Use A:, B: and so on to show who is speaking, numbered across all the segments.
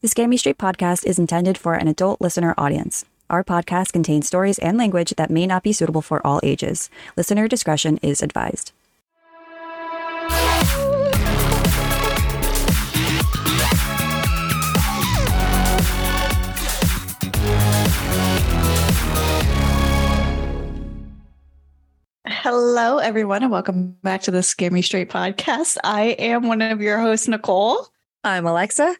A: The Scammy Straight podcast is intended for an adult listener audience. Our podcast contains stories and language that may not be suitable for all ages. Listener discretion is advised.
B: Hello, everyone, and welcome back to the Scammy Straight podcast. I am one of your hosts, Nicole.
A: I'm Alexa.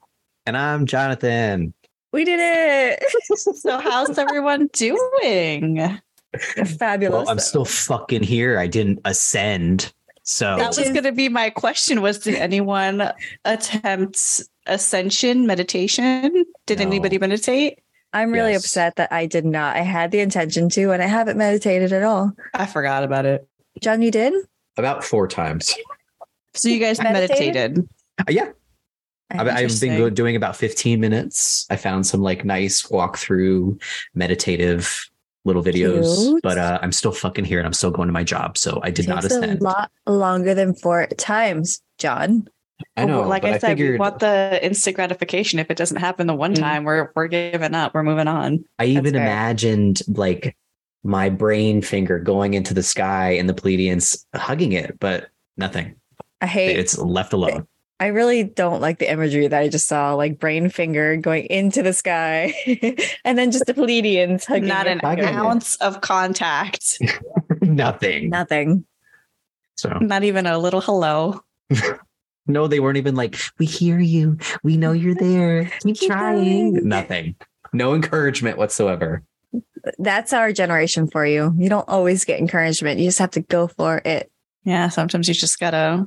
C: And I'm Jonathan.
A: We did it.
B: So, how's everyone doing?
A: Fabulous.
C: Well, I'm still fucking here. I didn't ascend. So
B: That was going to be my question: Was did anyone attempt ascension meditation? Did
C: No.
B: anybody meditate?
D: I'm really
C: Yes.
D: upset that I did not. I had the intention to, and I haven't meditated at all.
B: I forgot about it.
D: John, you did?
C: about four times.
B: So, you guys meditated?
D: Meditated?
C: Uh, yeah. I've, I've been
B: Interesting.
C: go- doing about 15 minutes. I found some like nice walkthrough meditative little videos,
D: Cute.
C: but uh, I'm still fucking here and I'm still going to my job. So I did not
D: Takes a
C: ascend.
D: lot longer than four times, John.
C: I know.
B: like
C: but
B: I,
C: I,
B: said, we
C: figured
B: want the instant gratification. If it doesn't happen the one
C: Mhm.
B: time, we're we're giving up. We're moving on.
C: I even
B: fair.
C: imagined like my brain finger going into the sky and the Pleiadians hugging it, but nothing.
D: I hate.
C: It's left alone.
D: I really don't like the imagery that I just saw, like brain finger going into the sky, and then just the Pleiadians hugging.
B: Not
D: your
B: an
C: Hugging it.
D: finger.
B: ounce of contact.
C: nothing.
D: Nothing.
C: So
B: Not even a little hello.
C: no, they weren't even like, we hear you. We know you're there. Keep
D: Keep
C: trying.
D: going.
C: Nothing. No encouragement whatsoever.
D: That's our generation for you. You don't always get encouragement. You just have to go for it.
B: Yeah, sometimes you just gotta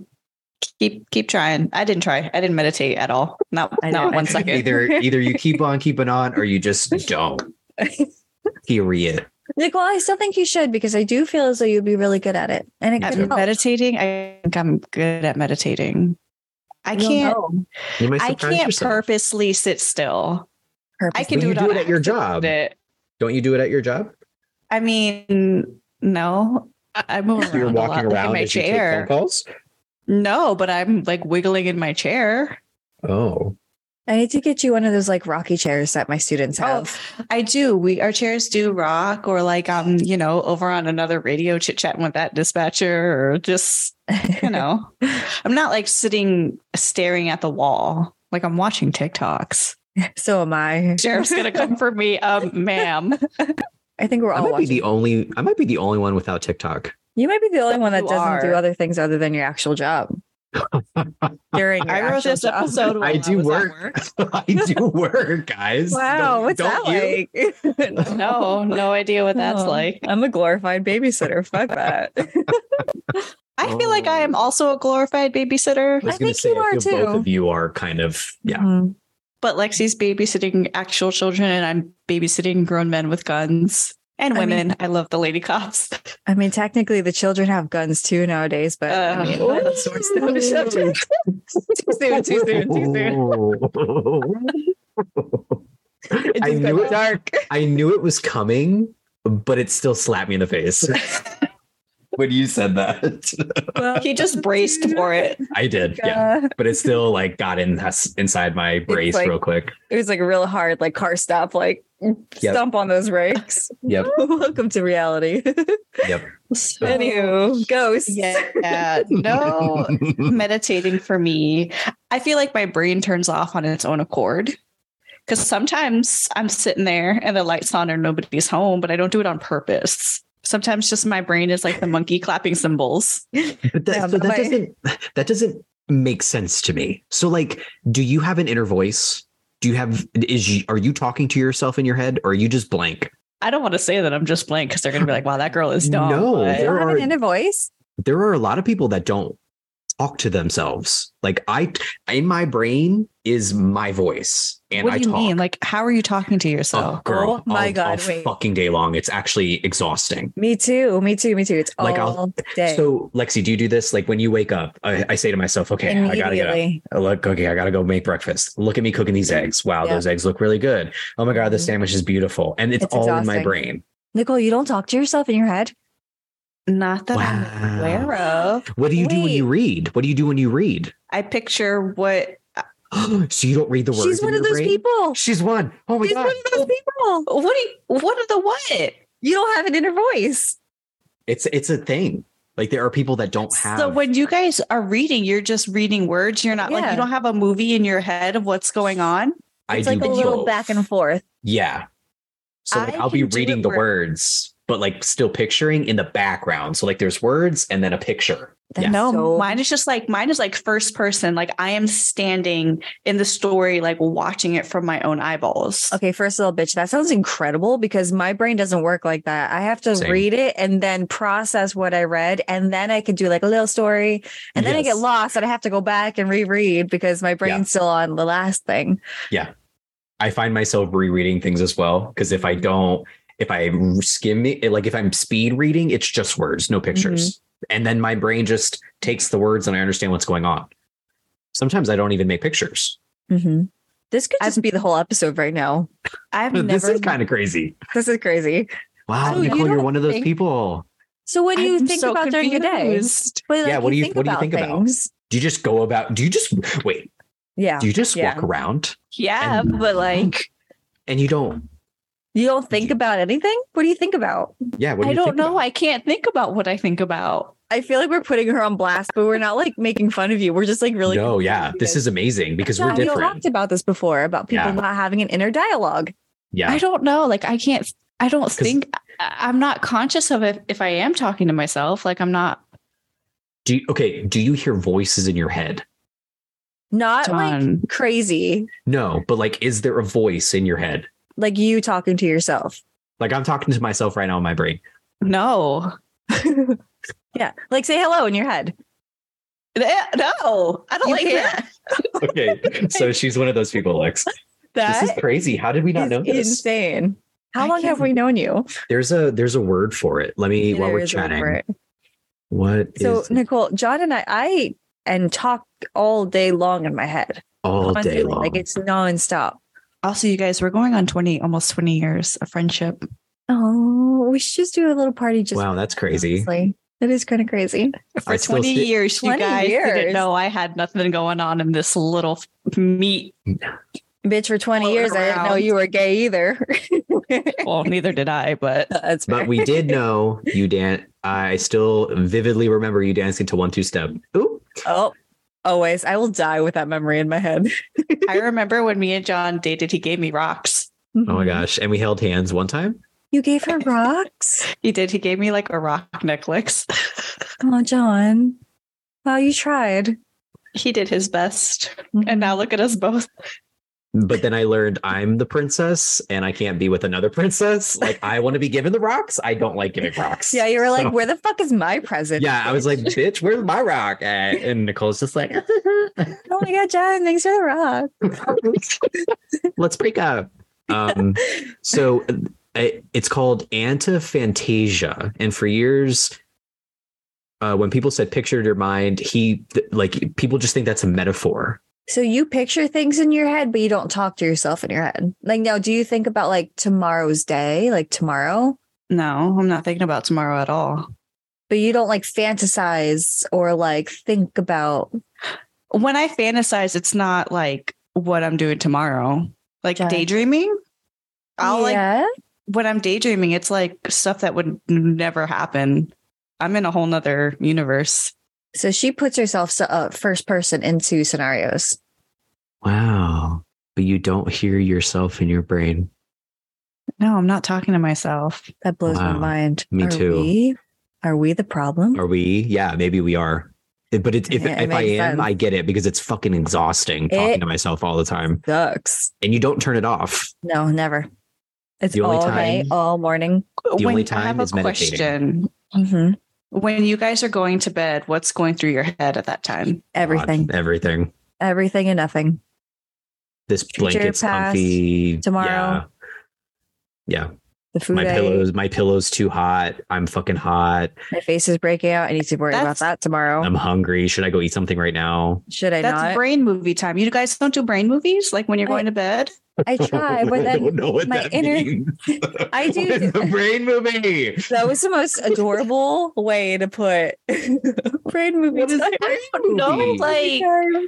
B: keep keep trying. I didn't try. I didn't meditate at all. Not
D: I
B: not
D: know.
B: one second.
C: Either either you keep on keeping on or you just don't. Period.
D: Nicole, I still think you should because I do feel as though you'd be really good at it, and it
C: Me
D: could
C: too.
D: help.
B: Meditating, I think I'm good at meditating. I
D: don't
B: can't.
D: know.
C: You might
B: I
C: surprise
B: can't
C: yourself.
B: purposely sit still. I can
C: But
B: do
C: you
B: it,
C: do
B: on
C: it at your
B: accident.
C: job. Don't you do it at your job?
B: I mean, no, I, I move around.
C: You're
B: a lot,
C: walking
B: like in
C: around
B: my
C: as you take phone
B: chair.
C: calls.
B: No, but I'm like wiggling in my chair.
C: Oh,
D: I need to get you one of those like rocky chairs that my students
B: Oh.
D: have.
B: I do. We our chairs do rock, or like um, you know, over on another radio chit chatting with that dispatcher, or just you know, I'm not like sitting staring at the wall. Like I'm watching TikToks.
D: so am I.
B: Sheriff's gonna come for me, um, ma'am.
D: I think we're
C: I
D: all
C: might be
D: watching.
C: the only. I might be the only one without TikTok.
D: you might be the only one that
B: You
D: doesn't do
B: are.
D: other things other than your actual job. During your
B: I wrote
D: actual
B: this
D: job.
B: episode. While
C: I
B: I
C: do
B: was at
C: work. I do work, guys.
D: Wow,
C: Don't-
D: what's
C: don't
D: that
C: you?
D: like?
B: work. No, no idea what that's
D: Oh,
B: like.
D: I'm a glorified babysitter. Fuck that.
B: I feel like I am
C: Oh.
B: also a glorified babysitter,
C: I was
D: I
C: going
D: think
C: to say,
D: you
C: I
D: are
C: feel both
D: too.
C: of you are kind of, yeah.
D: Mhm.
B: but Lexi's babysitting actual children, and I'm babysitting grown men with guns and
D: I mean-
B: women. I, love the lady cops.
D: I mean, technically, the children have guns too nowadays, but I
B: Uh,
D: mean,
B: Ooh.
D: that's the worst thing to show. too soon, too soon, too soon. It
C: I
D: just
C: knew
D: got
C: it.
D: dark.
C: I knew it was coming, but it still slapped me in the face when you said that.
D: Well,
B: he just braced for it.
C: I did, yeah.
D: uh,
C: But it still like got in that's inside my brace
D: like-
C: real quick.
D: It was like a real hard, like car stop, like stomp on those brakes.
C: Yep.
D: Welcome to reality.
C: Yep.
D: Anywho, ghosts.
B: Yeah, no meditating for me. I feel like my brain turns off on its own accord. Because sometimes I'm sitting there and the lights on or nobody's home, but I don't do it on purpose. Sometimes just my brain is like the monkey clapping cymbals.
C: But that,
D: Yeah,
C: so
D: but
C: that
D: my-
C: doesn't that doesn't make sense to me. So like, do you have an inner voice? Do you have is are you talking to yourself in your head or are you just blank?
B: I don't want to say that I'm just blank because they're gonna be like, "Wow, that girl is dumb."
C: No,
B: but-
D: You don't
C: There
D: have an
C: are-
D: inner voice.
C: There are a lot of people that don't talk to themselves. Like I in my brain is my voice and
B: what do
C: I
B: you
C: talk.
B: mean? Like, how are you talking to
C: oh,
B: yourself?
C: girl,
D: Oh my
C: all-
D: God,
C: all
D: wait.
C: fucking day long. It's actually exhausting.
D: Me too. Me too. Me too. It's
C: Like, I'll-
D: all day.
C: So Lexi, do you do this? Like when you wake up, I, I say to myself, okay, I gotta get up.
D: Immediately.
C: I look okay i gotta go make breakfast look at me cooking these eggs wow
D: Yeah.
C: those eggs look really good oh my god this
D: Mhm.
C: sandwich is beautiful and it's,
D: It's
C: all in my
D: exhausting.
C: brain
D: Nicole, you don't talk to yourself in your head.
B: Oh. Not that I'm
C: wow
B: aware of.
C: what do you do when you read what do you do when you read
B: I picture what
C: so you don't read the words.
D: She's
C: in
D: one of
C: your
D: those
C: brain?
D: people.
C: She's one. Oh my
D: She's
C: god.
D: one of those people.
B: What do you, what are the what?
D: You don't have an inner voice.
C: It's it's a thing. Like there are people that don't have
B: So when you guys are reading, you're just reading words. You're not like
D: Yeah.
B: you don't have a movie in your head of what's going on.
C: I
D: It's like
C: do
D: a little
C: both.
D: back and forth.
C: Yeah. So like
B: I
C: I'll be
B: can do
C: reading
B: it
C: the
B: where-
C: words, but like still picturing in the background. So like there's words and then a picture. Yeah.
B: No,
D: So-
B: mine is just like mine is like first person. Like I am standing in the story, like watching it from my own eyeballs.
D: Okay, first little bitch, that sounds incredible because my brain doesn't work like that. I have to
C: Same.
D: read it and then process what I read, and then I could do like a little story, and then I
C: Yes.
D: get lost and I have to go back and reread because my brain's still on the last thing.
C: I find myself rereading things as well because if I don't, if I skim it, like if I'm speed reading, it's just words, no pictures,
B: Mm-hmm.
C: and then my brain just takes the words and I understand what's going on. Sometimes I don't even make pictures.
D: Mhm. This could just be the whole episode right now.
B: I've
C: this
B: never
C: is kind of crazy.
D: This is crazy.
C: Wow,
B: So you
C: Nicole, you're
B: don't
C: one of those
B: think-
C: people.
D: So, what do you think about during your day? But,
C: Yeah, what do you- what do you think about?
D: things.
C: Do you just go about? Do you just wait?
D: Yeah,
C: Do you just
D: Um, Yeah.
C: walk around
B: Yeah,
C: And-
B: but like
C: and you don't?
D: you don't think about anything. What do you think about?
C: Yeah, what do
B: I
C: you
B: don't
C: think
B: know.
C: about?
B: I can't think about what I think about.
D: I feel like we're putting her on blast, but we're not like making fun of you. We're just like really.
C: no, yeah,
D: confused.
C: this is amazing because
D: Yeah,
C: we're
D: we
C: different.
D: talked about this before about people
C: Yeah.
D: not having an inner dialogue.
C: Yeah,
B: I don't know. Like I can't. I don't think I- I'm not conscious of it if I am talking to myself. Like I'm not.
C: Do you, okay. Do you hear voices in your head?
D: Not like
B: John.
D: crazy,
C: No, but like, is there a voice in your head?
D: like you talking to yourself.
C: Like I'm talking to myself right now in my brain.
B: No.
D: Yeah, like say hello in your head.
B: Eh, No, I don't
D: You
B: like
D: can't.
B: that.
C: Okay, so she's one of those people, Lex.
D: That
C: this is crazy. How did we not
D: is
C: know this?
D: insane. How
B: I
D: long have
B: can't-
D: we known you?
C: There's a there's a word for it. Let me while
D: There
C: we're
D: is a word
C: chatting.
D: for it.
C: What is
D: So
C: it?
D: Nicole, John, and I, I and talk all day long in my head,
C: all day
D: Constantly.
C: long?
D: like it's nonstop.
B: Also, you guys, we're going on 20, almost 20 years of friendship.
D: Oh, we should just do a little party. Just
C: wow, that's crazy.
D: honestly. That is kind of crazy.
B: For
C: I still
B: 20
C: see-
B: years,
D: 20
B: you guys
D: years.
B: didn't know I had nothing going on in this little f- meat.
D: Bitch, for 20
B: Floating
D: years, I didn't know
B: around.
D: you were gay either.
B: Well, neither did I, but
D: That's fair.
C: But we did know you dance. I still vividly remember you dancing to one two step. Ooh,
D: Oh, always. I will die with that memory in my head.
B: I remember when me and John dated, he gave me rocks.
C: oh my gosh! And we held hands one time.
D: You gave her rocks?
B: He did. He gave me like a rock necklace.
D: Oh, John. Wow, you tried.
B: he did his best. And now look at us both.
C: But then I learned I'm the princess and I can't be with another princess. Like I want to be given the rocks. I don't like giving rocks.
D: Yeah, you were like,
C: So-
D: where the fuck is my present?
C: Oh. Yeah, I was like, bitch, where's my rock at? And Nicole's just like,
D: oh my God, John, thanks for the rock.
C: let's break up. Um, so I, it's called antiphantasia. And for years, uh, when people said picture your mind, he th- like people just think that's a metaphor.
D: So you picture things in your head, but you don't talk to yourself in your head. Like, now, do you think about like tomorrow's day, like tomorrow,
B: No, I'm not thinking about tomorrow at all.
D: but you don't like fantasize or like think about?
B: When I fantasize, it's not like what I'm doing tomorrow, like
D: Yeah.
B: daydreaming. I'll like
D: yeah.
B: when I'm daydreaming, it's like stuff that would n- never happen. I'm in a whole nother universe.
D: So she puts herself so, uh, first person into scenarios.
C: Wow. But you don't hear yourself in your brain.
B: No, I'm not talking to myself.
D: That blows my
C: Wow.
D: mind.
C: Me
D: Are
C: too.
D: We, are we the problem?
C: Are we? Yeah, maybe we are. It- But it, if,
D: Yeah, it
C: if I
D: makes
C: am,
D: sense.
C: I get it because it's fucking exhausting talking
D: It-
C: to myself all the time.
D: Sucks.
C: And you don't turn it off.
D: No, never. It's
C: The only
D: all
C: time-
D: day, all morning.
C: The only
B: I have
C: time
B: a
C: is meditating.
B: question.
D: Mhm.
B: When you guys are going to bed, what's going through your head at that time?
D: Everything,
C: God, everything.
D: everything, and nothing.
C: this
D: Future
C: blanket's
D: past,
C: comfy
D: tomorrow.
C: Yeah,
D: The
C: yeah.
D: food,
C: my
D: I ate,
C: pillows, my pillows too hot. I'm fucking hot.
D: my face is breaking out. I need to worry about
B: That's-
D: that tomorrow.
C: I'm hungry. Should I go eat something right now?
D: Should I
B: That's
D: not?
B: brain movie time. You guys don't do brain movies like when you're
D: I-
B: going to bed?
D: I try, but
C: I
D: then
C: don't know what
D: my
C: that
D: inner-
C: means.
D: I do-
C: What is the brain movie.
D: that was the most adorable way to put brain movie.
C: What is
D: time.
C: brain
B: No,
C: movie?
B: like
D: Time.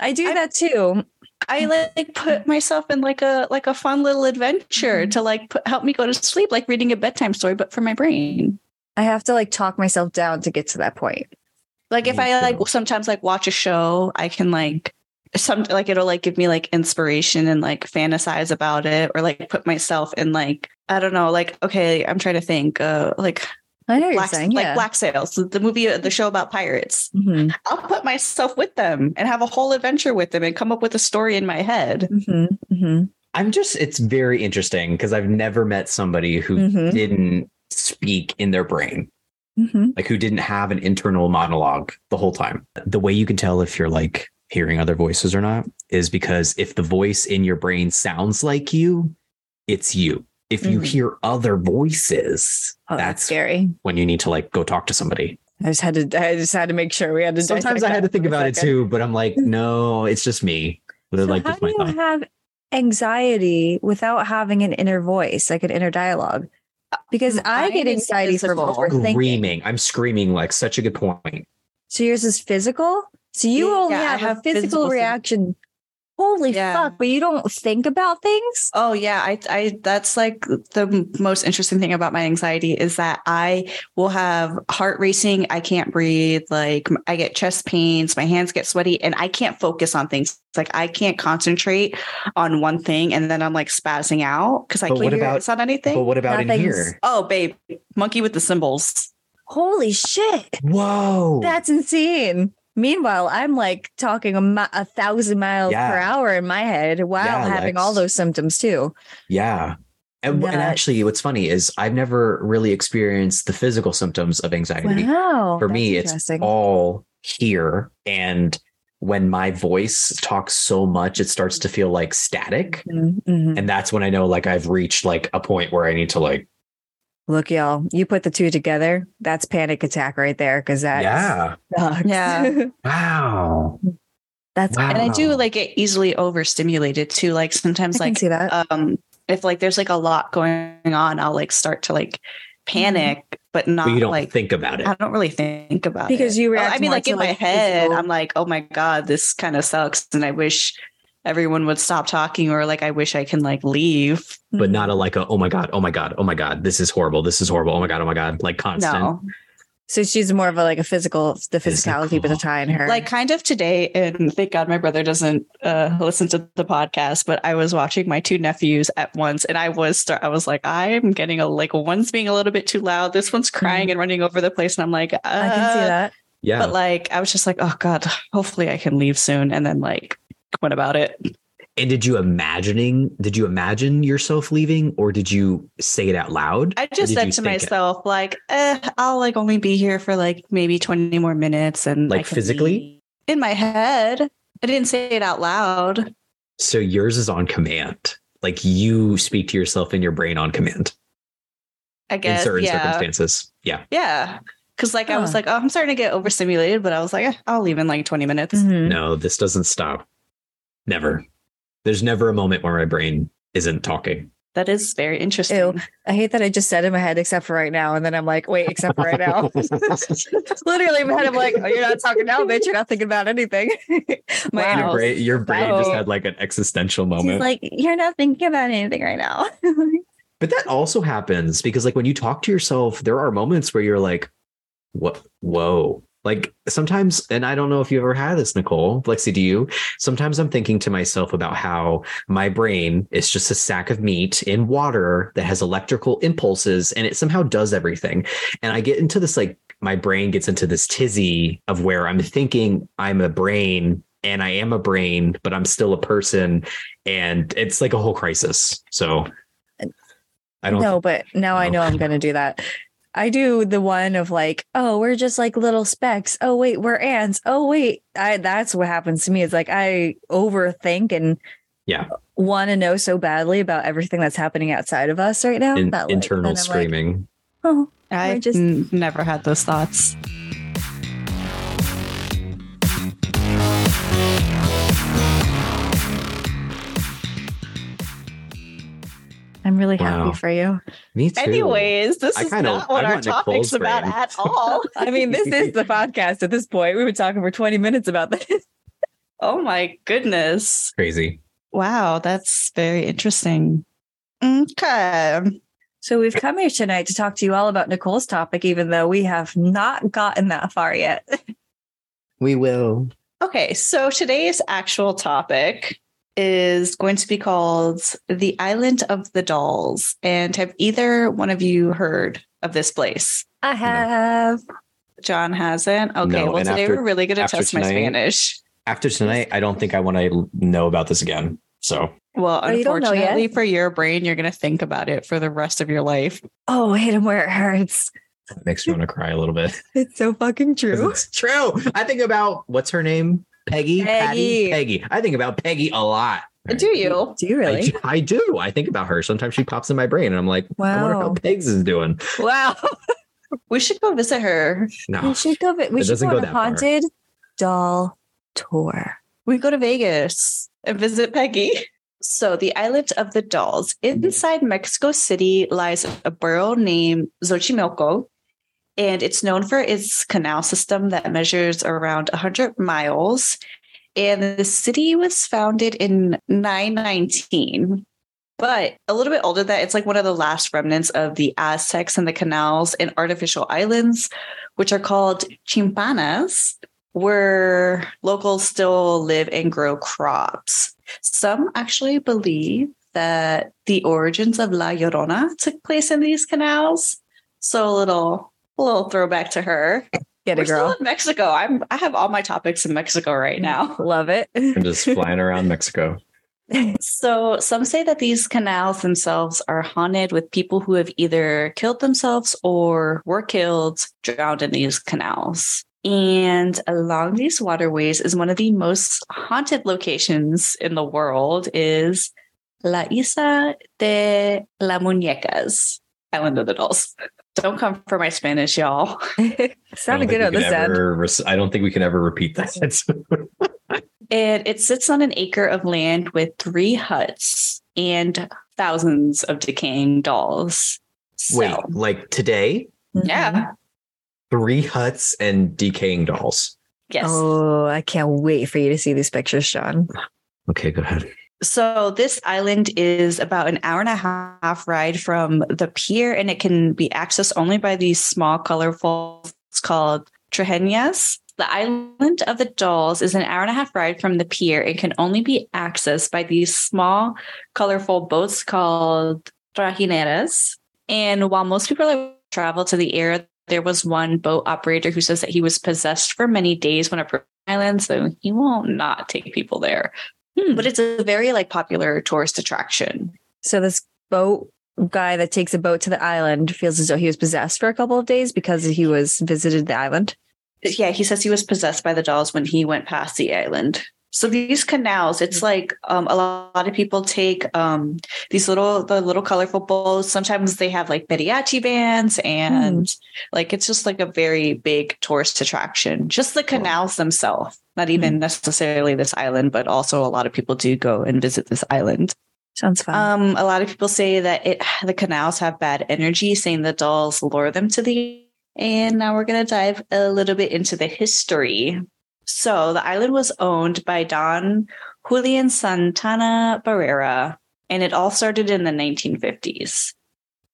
D: I do
B: I-
D: that too.
B: I like put myself in like a like a fun little adventure to like put, help me go to sleep, like reading a bedtime story, but for my brain.
D: I have to like talk myself down to get to that point.
B: Like if
C: Me
B: I like
C: too.
B: sometimes like watch a show, I can like some like it'll like give me like inspiration and like fantasize about it or like put myself in like I don't know like okay I'm trying to think uh like
D: I know what
B: black
D: you're saying.
B: like
D: yeah.
B: black sails the movie uh, the show about pirates
D: Mhm.
B: I'll put myself with them and have a whole adventure with them and come up with a story in my head
D: Mhm. Mhm.
C: I'm just, it's very interesting because I've never met somebody who
D: Mhm.
C: didn't speak in their brain,
D: Mhm.
C: like who didn't have an internal monologue the whole time. The way you can tell if you're like hearing other voices or not is because if the voice in your brain sounds like you, it's you. If you
D: Mhm.
C: hear other voices,
D: Oh, that's
C: that's
D: scary.
C: when you need to like go talk to somebody.
D: I just had to. I just had to make sure we had to.
C: Sometimes
D: dissect
C: I had to
D: that
C: think
D: for a
C: about it
D: second.
C: too, but I'm like, no, it's just me. They're
D: So
C: like,
D: how
C: this my
D: do you
C: thought.
D: have anxiety without having an inner voice, like an inner dialogue? Because I
B: Mine
D: get
B: is
D: anxiety from
B: physical.
D: overthinking.
C: screaming. I'm screaming like such a good point.
D: So yours is physical. So you
B: Yeah,
D: only
B: I
D: have,
B: have
D: a physical,
B: physical sym-
D: reaction. Holy
B: Yeah.
D: fuck! But you don't think about things.
B: Oh yeah, I I that's like the m- most interesting thing about my anxiety is that I will have heart racing, I can't breathe, like m- I get chest pains, my hands get sweaty and I can't focus on things. It's like I can't concentrate on one thing and then I'm like spazzing out cuz I
C: But
B: can't
C: what
B: focus
C: about-
B: on anything.
C: But what about in
D: Nothing's-
C: here?
B: oh babe, monkey with the symbols.
D: Holy shit!
C: Whoa.
D: That's insane. Meanwhile, I'm like talking a, mi- a thousand miles per
C: Yeah.
D: hour in my head while
C: Yeah,
D: having
C: Lex.
D: all those symptoms too.
C: yeah. And, and
D: Nuts.
C: actually, what's funny is I've never really experienced the physical symptoms of anxiety.
D: Wow.
C: For
D: that's
C: me, it's
D: interesting.
C: all here. And when my voice talks so much, it starts to feel like static.
D: Mhm, mhm.
C: And that's when I know like I've reached like a point where I need to like,
D: Look, y'all, you put the two together. That's panic attack right there. Cause that
C: yeah.
D: sucks.
B: Yeah.
C: Wow.
D: That's
C: Wow.
B: And I do
C: Wow.
B: like get easily overstimulated too. Like sometimes
D: I
B: like
D: can see that.
B: um if like there's like a lot going on i'll like start to like panic but not
C: Mm-hmm. But you don't
B: like
C: think about it.
B: i don't really think about
D: Because
B: it.
D: you
B: Oh,
D: react
B: i mean
D: more
B: like
D: to,
B: in my
D: like,
B: head
D: physical-
B: i'm like oh my god this kind of sucks and i wish everyone would stop talking or like i wish i can like leave
C: but not a like a oh my god oh my god oh my god this is horrible this is horrible oh my god oh my god like constant
B: no
D: so she's more of a like a physical the physicality but
C: Physical.
D: the tie in her.
B: like kind of today and thank god my brother doesn't uh listen to the podcast but i was watching my two nephews at once and i was start i was like i'm getting a like one's being a little bit too loud this one's crying and running over the place and i'm like
D: Mm-hmm. I can see
B: uh,
D: that.
C: yeah
B: But like, I was just like, oh God, hopefully I can leave soon. And then like, what about it?
C: and did you imagining did you imagine yourself leaving or did you say it out loud
B: I
C: Or
B: just
C: did
B: said
C: you
B: to
C: think it?
B: myself, like, eh, I'll like only be here for like maybe 20 more minutes. And
C: Like
B: I can
C: physically?
B: leave. In my head. I didn't say it out loud.
C: so yours is on command like you speak to yourself in your brain on command
B: I
C: in
B: guess.
C: certain
B: yeah.
C: circumstances yeah
B: Yeah. Cause like I was
D: Huh.
B: like, oh, I'm starting to get overstimulated, but I was like, eh, I'll leave in like 20 minutes.
D: Mhm.
C: no this doesn't stop never there's never a moment where my brain isn't talking
B: That is very interesting.
D: Ew. I hate that I just said in my head except for right now. And then I'm like, wait, except for right now. Literally in my head, I'm like, oh, you're not talking now, bitch. You're not thinking about anything. my
B: Wow.
D: inner
C: your
B: Wow.
C: brain, your brain just
B: Oh.
D: Wow.
C: had like an existential
D: She's
C: moment
D: like, you're not thinking about anything right now.
C: But that also happens because like when you talk to yourself, there are moments where you're like, what whoa. Like sometimes, and I don't know if you ever had this, Nicole, Lexi, do you? Sometimes I'm thinking to myself about how my brain is just a sack of meat in water that has electrical impulses and it somehow does everything. And I get into this like my brain gets into this tizzy of where I'm thinking I'm a brain and I am a brain, but I'm still a person. And it's like a whole crisis. So I don't
D: no, but now I
C: No.
D: know I'm going to do that. I do the one of like, oh, we're just like little specks. Oh wait, we're ants. Oh wait, I that's what happens to me. It's like I overthink and
C: Yeah.
D: want to know so badly about everything that's happening outside of us right now.
C: in,
D: that, like,
C: internal
D: then I'm like,
C: screaming.
D: oh,
B: I
D: Or just-
B: just never had those thoughts.
D: I'm really happy
C: Wow.
D: for you.
C: Me too.
B: Anyways, this
C: I
B: is
C: kinda-
B: not what
C: I
B: our
C: want
B: topic's
C: Nicole's
B: about
C: brain.
B: at all.
D: I mean, this is the podcast at this point. We've been talking for 20 minutes about this.
B: Oh my goodness.
C: Crazy.
B: Wow, that's very interesting. Okay.
D: So we've come here tonight to talk to you all about Nicole's topic, even though we have not gotten that far yet.
C: We will.
B: Okay, so today's actual topic is going to be called The Island of the Dolls. And have either one of you heard of this place?
D: I have.
B: John hasn't. Okay,
C: No,
B: well,
C: and
B: today
C: after-
B: we're really going to
C: after
B: test my
C: tonight-
B: Spanish.
C: After tonight, I don't think I want to know about this again. So
B: Well,
D: Oh, you don't know yet?
B: unfortunately for your brain, you're going to think about it for the rest of your life.
D: Oh, hit him where it hurts.
C: that makes me want to cry a little bit.
D: It's so fucking
C: 'Cause
D: true.
C: It's true. I think about what's her name? Peggy. Patty? Peggy. I think about Peggy a lot.
B: Do you?
D: Do you
C: I
D: really?
C: do- I, do. I think about her. Sometimes she pops in my brain, and I'm like, I wonder how
D: Wow.
C: Pegs is doing.
D: Wow.
B: We should go visit her.
C: No,
D: We should go. vi- We
C: It
D: should
C: doesn't
D: go
C: go
D: on a
C: that far.
D: haunted doll tour.
B: We go to Vegas and visit Peggy. So, the island of the dolls. Inside Mexico City lies a borough named Xochimilco, and it's known for its canal system that measures around 100 miles. And the city was founded in 919, but a little bit older than that. It's like one of the last remnants of the Aztecs and the canals and artificial islands, which are called chimpanas where locals still live and grow crops. Some actually believe that the origins of La Llorona took place in these canals. So a little a little throwback to her.
D: Get
B: We're
D: it,
B: still
D: girl. Mm-hmm.
B: in Mexico. I'm I have all my topics in Mexico right now.
D: Love it.
C: I'm just flying around Mexico.
B: So some say that these canals themselves are haunted with people who have either killed themselves or were killed drowned in these canals. And along these waterways is one of the most haunted locations in the world is La Isla de la Muñecas, Island of the Dolls. Don't come for my Spanish, y'all.
D: Sounded
C: I don't
D: good on
C: think we
D: this
C: can
D: end.
C: ever res- I don't think we can ever repeat that.
B: And it sits on an acre of land with three huts and thousands of decaying dolls. So,
C: Wait, like today,
B: Yeah.
C: three huts and decaying dolls.
B: Yes.
D: Oh, I can't wait for you to see these pictures, Sean.
C: Okay, go ahead.
B: So this island is about an hour and a half ride from the pier, and it can be accessed only by these small, colorful. It's called Trejenias. The island of the dolls is an hour and a half ride from the pier and can only be accessed by these small, colorful boats called trajineras. And while most people like, travel to the area, there was one boat operator who says that he was possessed for many days when approaching the island, so he will not take people there
D: Hmm.
B: but it's a very like popular tourist attraction.
D: So this boat guy that takes a boat to the island feels as though he was possessed for a couple of days because he was visited the island.
B: Yeah, he says he was possessed by the dolls when he went past the island. So these canals, it's like um, a lot of people take um, these little the little colorful boats. Sometimes they have like mariachi bands, and like it's just like a very big tourist attraction. Just the canals themselves, not even necessarily this island, but also a lot of people do go and visit this island.
D: Sounds fun.
B: Um, a lot of people say that it the canals have bad energy, saying the dolls lure them to the. And now we're going to dive a little bit into the history. So the island was owned by Don Julian Santana Barrera, and it all started in the 1950s.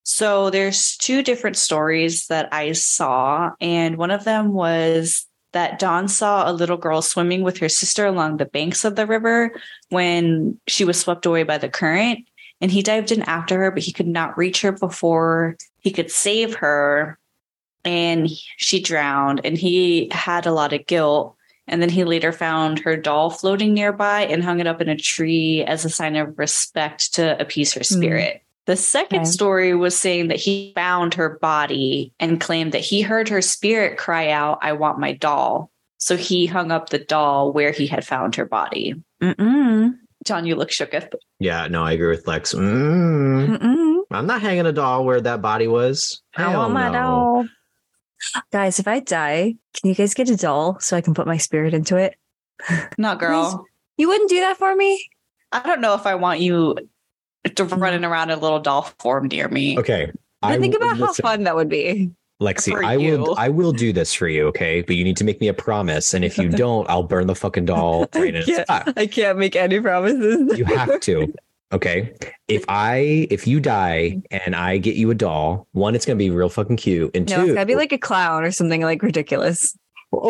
B: So there's two different stories that I saw, and one of them was that Don saw a little girl swimming with her sister along the banks of the river when she was swept away by the current and he dived in after her, but he could not reach her before he could save her. And she drowned, and he had a lot of guilt. And then he later found her doll floating nearby and hung it up in a tree as a sign of respect to appease her spirit. The second
D: Okay.
B: story was saying that he found her body and claimed that he heard her spirit cry out, I want my doll. So he hung up the doll where he had found her body.
D: Uh, Mm-mm.
B: John, you look shooketh.
C: Yeah, no, I agree with Lex. Mm,
D: Mm-mm.
C: I'm not hanging a doll where that body was.
D: I want my
C: Hell no.
D: doll. Guys, if I die, can you guys get a doll so I can put my spirit into it?
B: Not girl.
D: You wouldn't do that for me?
B: I don't know if I want you to running around in a little doll form near me.
C: Mm-hmm. Okay.
D: But think about how
C: listen.
D: fun that would be.
C: Lexi,
B: For
C: I will
B: you.
C: I will do this for you, okay? But you need to make me a promise. And if you don't, I'll burn the fucking doll right in its
D: Yeah.
C: sock.
D: I can't make any promises.
C: You have to. Okay. If I if you die and I get you a doll, one, it's gonna be real fucking cute. And
D: no,
C: two
D: it's gotta be like a clown or something like ridiculous.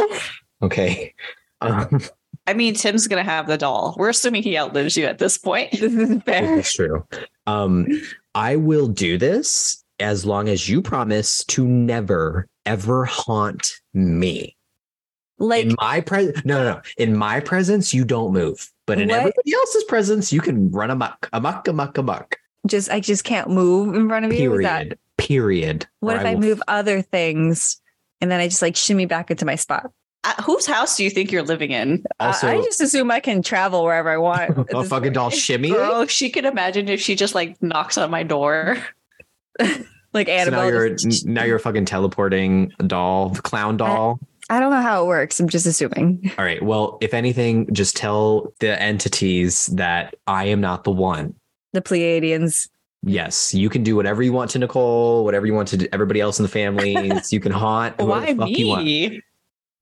C: Okay. Um,
B: I mean, Tim's gonna have the doll. We're assuming he outlives you at this point.
D: This is fair.
C: that's true. Um I will do this as long as you promise to never ever haunt me.
D: Like
C: in my presence, no, no, no. In my presence, you don't move, but in
D: What?
C: everybody else's presence, you can run amok, amok, amok, amok.
D: just I just can't move in front of you. Is that-
C: Period. Period.
D: what
C: Or
D: if I,
C: will-
D: move other things and then I just like shimmy back into my spot?
B: Uh, whose house do you think you're living in?
D: I-
C: Also,
D: I just assume I can travel wherever I want. at
C: a
D: this
C: fucking
D: point.
C: doll shimmy.
B: Girl, if she could imagine if she just like knocks on my door.
D: Like
C: So now you're
D: Annabelle. just-
C: now you're a fucking teleporting doll, clown doll.
D: I don't know how it works. I'm just assuming.
C: All right. Well, if anything, just tell the entities that I am not the one.
D: The Pleiadians.
C: Yes, you can do whatever you want to Nicole, whatever you want to do, everybody else in the families. You can haunt whoever
B: Why
C: the fuck you want.
B: me?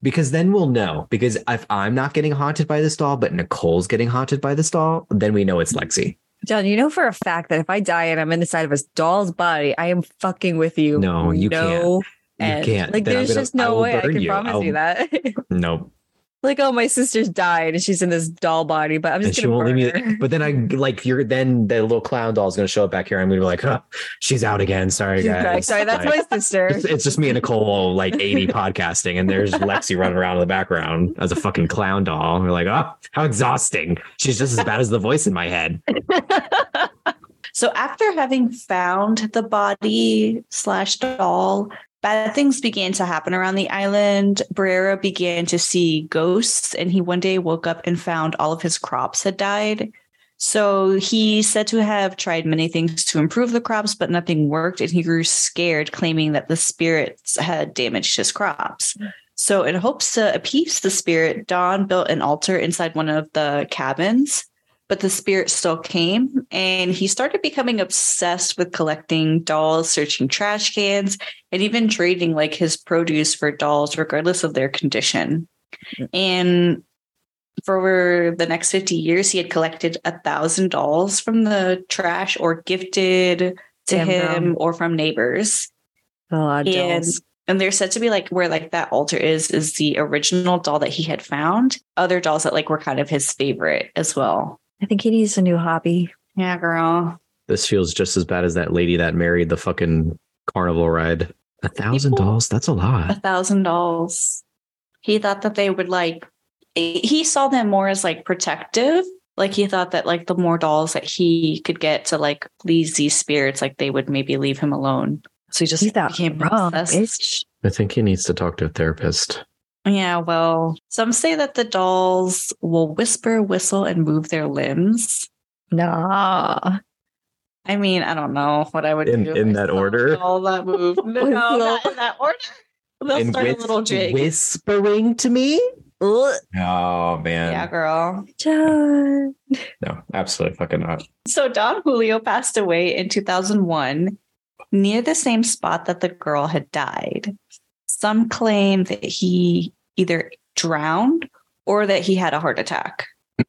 C: because then we'll know. Because if I'm not getting haunted by this doll, but Nicole's getting haunted by this doll, then we know it's Lexi.
D: John, you know for a fact that if I die and I'm in the side of a doll's body, I am fucking with you.
C: No, you
D: No
C: You
D: end.
C: can't.
D: Like,
C: Then I'm
D: there's
C: gonna-
D: just no
C: will
D: way I
C: burn
D: can promise
C: I'll-
D: you that.
C: Nope.
D: like, oh, my sister's died and she's in this doll body, but I'm
C: And
D: just
C: she
D: gonna
C: won't
D: burn
C: leave
D: her.
C: me. But then I like you're then the little clown doll's gonna show up back here. I'm gonna be like, huh, she's out again. Sorry
D: She's
C: guys.
D: back. Sorry, that's
C: Like,
D: my sister.
C: it's, it's just me and Nicole like 80 podcasting, and there's Lexi running around in the background as a fucking clown doll. We're like, oh, how exhausting. She's just as bad as the voice in my head.
B: So after having found the body slash doll, bad things began to happen around the island. Barrera began to see ghosts, and he one day woke up and found all of his crops had died. So he said to have tried many things to improve the crops, but nothing worked, and he grew scared, claiming that the spirits had damaged his crops. So, in hopes to appease the spirit, Don built an altar inside one of the cabins but the spirit still came and he started becoming obsessed with collecting dolls searching trash cans and even trading like his produce for dolls regardless of their condition and for the next 50 years he had collected a thousand dolls from the trash or gifted to
D: Damn, girl.
B: him or from neighbors
D: A lot of
B: and
D: dolls.
B: and they're said to be like where like that altar is is the original doll that he had found other dolls that like were kind of his favorite as well
D: I think he needs a new hobby.
B: yeah, girl.
C: This feels just as bad as that lady that married the fucking carnival ride. A thousand
B: People-
C: dolls? That's a
B: A
C: lot.
B: thousand dolls. He thought that they would like he saw them more as like protective. Like he thought that like the more dolls that he could get to like please these spirits, like they would maybe leave him alone. So he just
D: You thought
B: became
D: wrong,
B: obsessed.
D: bitch.
C: I think he needs to talk to a therapist.
B: Yeah, well, some say that the dolls will whisper, whistle, and move their limbs.
D: Nah.
B: I mean, I don't know what I would
C: In-
B: do if
C: in
B: I
C: that
B: saw a
C: order?
B: doll that move. No,
D: Whistle.
B: not in that order. They'll start a little jig.
C: whispering to me?
D: Ugh.
C: Oh man.
B: yeah, girl.
D: John.
C: No, absolutely fucking not.
B: So Don Julio passed away in 2001 near the same spot that the girl had died. Some claim that he either drowned or that he had a heart attack.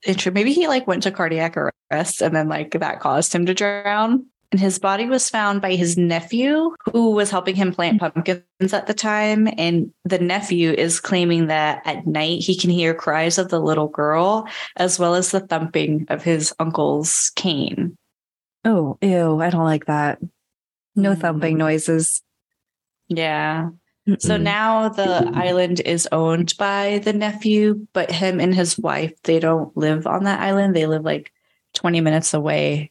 B: Intro- Maybe he like went to cardiac arrest and then like that caused him to drown. And his body was found by his nephew who was helping him plant pumpkins at the time. And the nephew is claiming that at night he can hear cries of the little girl as well as the thumping of his uncle's cane.
D: Oh, ew. I don't like that. No
B: Mm.
D: thumping noises.
B: Yeah. So
C: Mm.
B: now the island is owned by the nephew, but him and his wife, they don't live on that island. They live like 20 minutes away.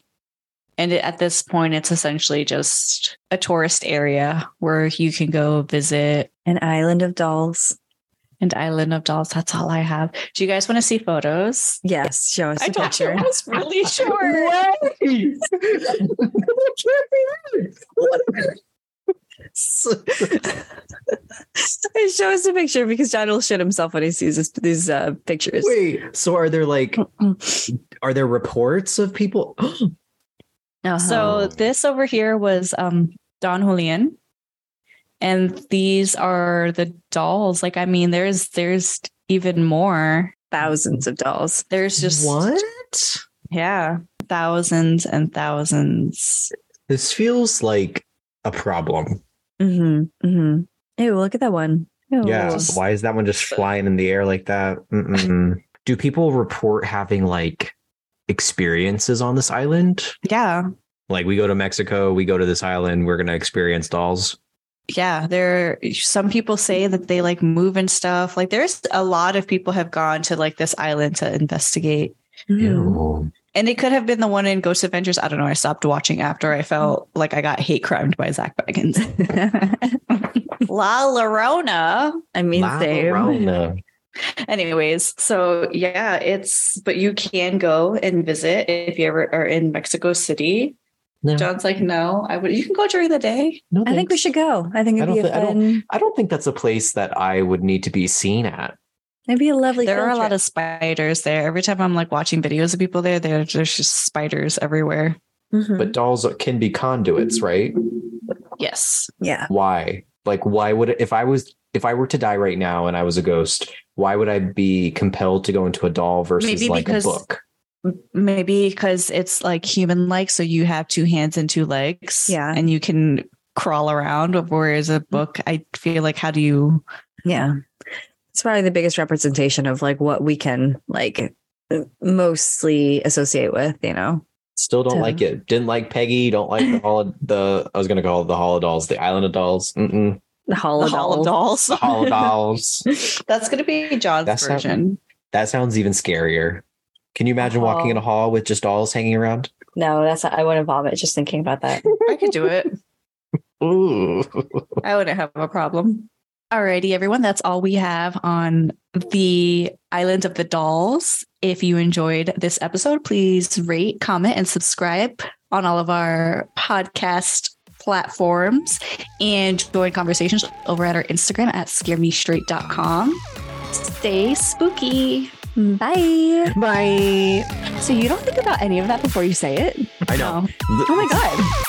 B: And at this point, it's essentially just a tourist area where you can go visit
D: An island of dolls.
B: an island of dolls. That's all I have. Do you guys want to see photos?
D: Yes, show us a
B: told you
D: picture.
B: I was really sure.
D: show us a picture because John will shit himself when he sees this, these uh, pictures.
C: Wait, so are there like are there reports of people?
D: Uh-huh.
B: So this over here was um, Don Julian, and these are the dolls like i mean there's there's even more
D: Thousands of dolls.
B: there's just
E: what?
B: yeah thousands and thousands
E: This feels like a problem.
D: Mm-hmm. Mm-hmm. Ew, look at that one. Ew.
E: Yeah.
B: Just-
C: Why is that one just flying in the air like that? Mm-mm. Do people report having like experiences on this island?
B: yeah
C: Like we go to Mexico, we go to this island, we're gonna experience dolls.
B: yeah there some people say that they like move and stuff like there's a lot of people have gone to like this island to investigate
D: Ew.
B: and it could have been the one in ghost adventures i don't know i stopped watching after i felt like i got hate crimed by zach baggins la llorona
D: I mean,
C: La
D: same.
C: Llorona.
B: anyways so yeah it's but you can go and visit if you ever are in mexico city
C: No.
B: john's like no i would you can go during the day
C: No,
D: I think we
C: thanks.
D: should go. I think
C: I
D: it'd be a
C: don't thi- I don't-
D: fun,
C: I don't think that's a place that I would need to be seen at.
D: it'd be a lovely.
B: there
D: field
B: are a lot
D: trip.
B: of spiders there every time i'm like watching videos of people there there- there's just spiders everywhere mm-hmm.
D: Mhm.
C: But dolls can be
D: Mm-hmm.
C: conduits, right?
B: yes
D: yeah,
C: Why? Like, why would if I was if I were to die right now and I was a ghost, why would I be compelled to go into a doll versus
B: Maybe
C: like
B: because-
C: a book?
B: maybe because it's like human like so you have two hands and two legs
D: Yeah.
B: and you can crawl around whereas a book i feel like how do you
D: yeah. It's probably the biggest representation of like what we can like mostly associate with. You know,
C: Still don't
D: Yeah.
C: like it. Didn't like Peggy. Don't like the hol- the. I was gonna call it the Hall of Dolls, the Island of Dolls. Mm-mm.
D: the
B: the
D: hall of
B: hall of
D: dolls.
B: dolls
C: The Hall of Dolls.
B: that's gonna be john's
C: That's not-
B: version
C: that sounds even scarier. Can you imagine walking in a hall with just dolls hanging around?
D: No, that's not, I want to vomit just thinking about that.
B: I could do it.
C: Ooh.
B: I wouldn't have a problem. Alrighty, everyone. That's all we have on the Island of the Dolls. If you enjoyed this episode, please rate, comment, and subscribe on all of our podcast platforms and join conversations over at our Instagram at scaremestraight.com. Stay spooky.
D: Bye.
C: Bye.
B: So you don't think about any of that before you say it?
E: I know.
B: No. Oh my God.